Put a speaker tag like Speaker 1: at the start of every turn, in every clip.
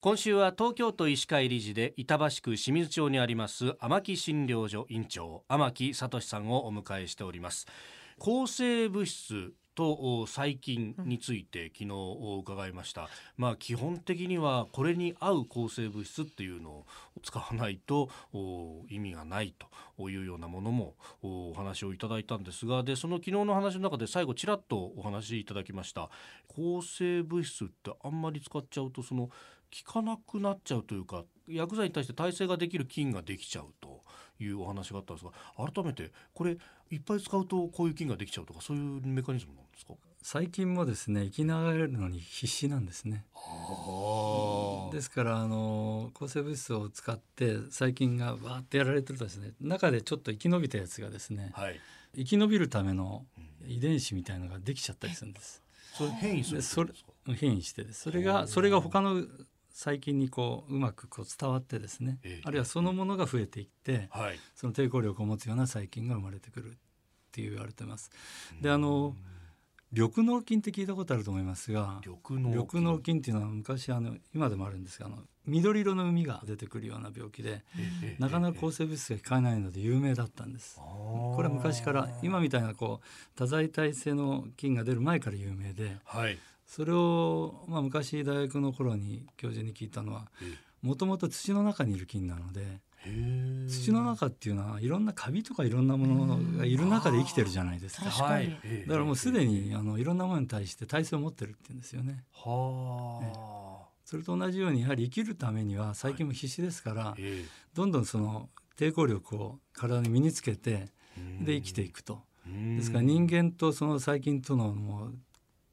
Speaker 1: 今週は東京都医師会理事で板橋区清水町にあります天木診療所院長天木聡さんをお迎えしております抗生物質と細菌について昨日伺いました、まあ基本的にはこれに合う抗生物質っていうのを使わないと意味がないというようなものもお話をいただいたんですがでその昨日の話の中で最後ちらっとお話しいただきました抗生物質ってあんまり使っちゃうとその効かなくなっちゃうというか薬剤に対して耐性ができる菌ができちゃうというお話があったんですが改めてこれいっぱい使うとこういう菌ができちゃうとかそういうメカニズムなんですか
Speaker 2: 最近もですね生きながれるのに必死なんですねですからあの抗生物質を使って細菌がバーってやられてるとですね中でちょっと生き延びたやつがですね、
Speaker 1: はい、
Speaker 2: 生き延びるための遺伝子みたいのができちゃったりするんです。
Speaker 1: それ変異する
Speaker 2: それ変異してですそれがそれが他の細菌にこううまくこう伝わってですね、ええ、あるいはそのものが増えていって、
Speaker 1: はい、
Speaker 2: その抵抗力を持つような細菌が生まれてくるって言われてます。であの緑膿菌って聞いたことあると思いますが
Speaker 1: 緑膿
Speaker 2: 菌っていうのは昔あの今でもあるんですがあの緑色の海が出てくるような病気で、え、なかなか抗生物質が効かないので有名だったんです。これは昔から今みたいなこう多剤耐性の菌が出る前から有名で、
Speaker 1: はい、
Speaker 2: それを、まあ、昔大学の頃に教授に聞いたのはもともと土の中にいる菌なので土の中っていうのはいろんなカビとかいろんなものがいる中で生きてるじゃないですか
Speaker 1: か、はい、
Speaker 2: だからもうすでにあのいろんなものに対して体制を持ってるっていうんですよね。
Speaker 1: はね
Speaker 2: それと同じようにやはり生きるためには細菌も必死ですから、はい、どんどんその抵抗力を体に身につけてで生きていくと。ですから人間とその細菌とのもう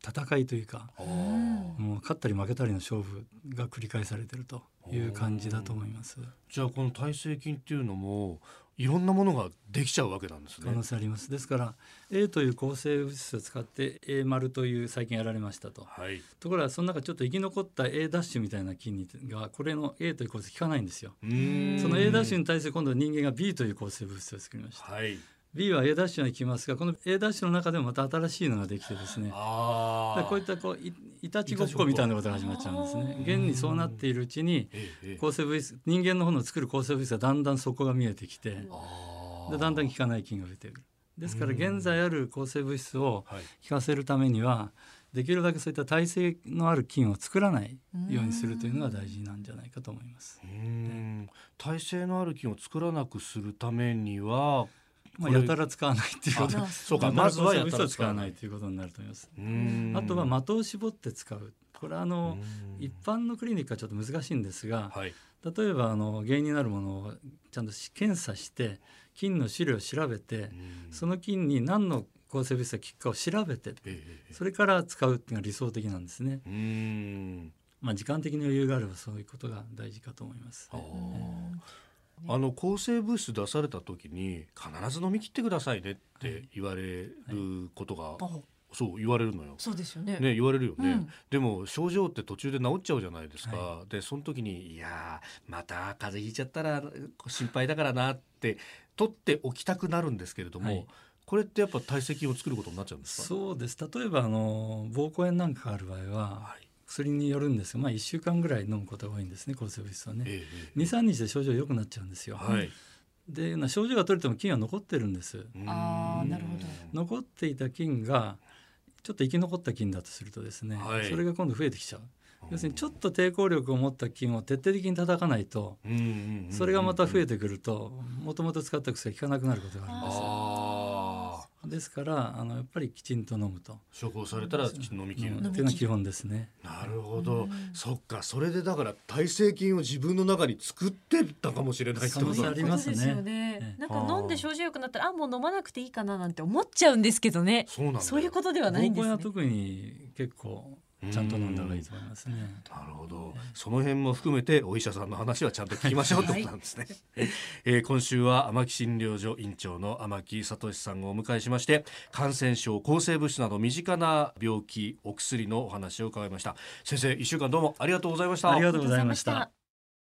Speaker 2: 戦いというかもう勝ったり負けたりの勝負が繰り返されてるという感じだと思います
Speaker 1: じゃあこの耐性菌っていうのもいろんなものができちゃうわけなんですね
Speaker 2: 可能性ありますですから A という抗生物質を使って A 丸という細菌やられましたと、
Speaker 1: はい、
Speaker 2: ところがその中ちょっと生き残った A ダッシュみたいな菌がこれの A という抗生効かないんですよその A ダッシュに対して今度人間が B という抗生物質を作りました、
Speaker 1: はい
Speaker 2: B は A ダッシュが行きますがこの A ダッシュの中でもまた新しいのができてですね
Speaker 1: こ
Speaker 2: ういったこういいたちごっこみたいなことが始まっちゃうんですね現にそうなっているうちに抗生物質人間の方の作る抗生物質がだんだん底が見えてきてでだんだん効かない菌が増えてくるですから現在ある抗生物質を効かせるためにはできるだけそういった耐性のある菌を作らないようにするというのが大事なんじゃないかと思います。
Speaker 1: 耐性のある菌を作らなくするためには
Speaker 2: まあ、やたら使わないっていうこと
Speaker 1: そうかまずはや
Speaker 2: たら使わないということになると思います。あとは的を絞って使うこれはあの一般のクリニックはちょっと難しいんですが、
Speaker 1: はい、
Speaker 2: 例えばあの原因になるものをちゃんと検査して菌の種類を調べてその菌に何の抗生物質が効くかを調べて、それから使うっていうのが理想的なんですね。まあ、時間的に余裕があればそういうことが大事かと思います、ね。
Speaker 1: あの抗生物質出された時に必ず飲み切ってくださいねって言われることが、そう言われるのよ。
Speaker 3: そうですよね。
Speaker 1: ね言われるよね、うん、でも症状って途中で治っちゃうじゃないですか。はい、でその時にいやまた風邪ひいちゃったら心配だからなって取っておきたくなるんですけれども。はいこれってやっぱ体積を作ることになっちゃうんですか。
Speaker 2: そうです。例えばあの膀胱炎なんかある場合は、はい薬によるんですまあ、1週間ぐらい飲むことが多いんですね抗生物質はね、
Speaker 1: え
Speaker 2: え、23日で症状良くなっちゃうんですよ。
Speaker 1: はい、
Speaker 2: で症状が取れても菌は残ってるんです
Speaker 3: あなるほど
Speaker 2: 残っていた菌がちょっと生き残った菌だとするとですね、
Speaker 1: はい、。
Speaker 2: それが今度増えてきちゃう。要するにちょっと抵抗力を持った菌を徹底的に叩かないとそれがまた増えてくるともともと使った薬が効かなくなることがあるんですですからあのやっぱりきちんと飲むと
Speaker 1: 処方されたら飲み切る、
Speaker 2: うん、っていうのが基本ですね
Speaker 1: なるほど、そっかそれでだから耐性菌を自分の中に作ってたかもしれないってこと
Speaker 3: ありますね、ね、なんか飲んで症状良くなったらあもう飲まなくていいかななんて思っちゃうんですけどね
Speaker 1: そうなん
Speaker 3: そういうことではないんです、ね、
Speaker 2: は特に結構ちゃんと飲んだ方がいいと思いますね。
Speaker 1: なるほど。その辺も含めてお医者さんの話はちゃんと聞きましょうってことなんですね。はい、えー、今週は天木診療所院長の天木聡さんをお迎えしまして感染症、抗生物質など身近な病気、お薬のお話を伺いました。先生、一週間どうもありがとうございました。
Speaker 2: ありがとうございました。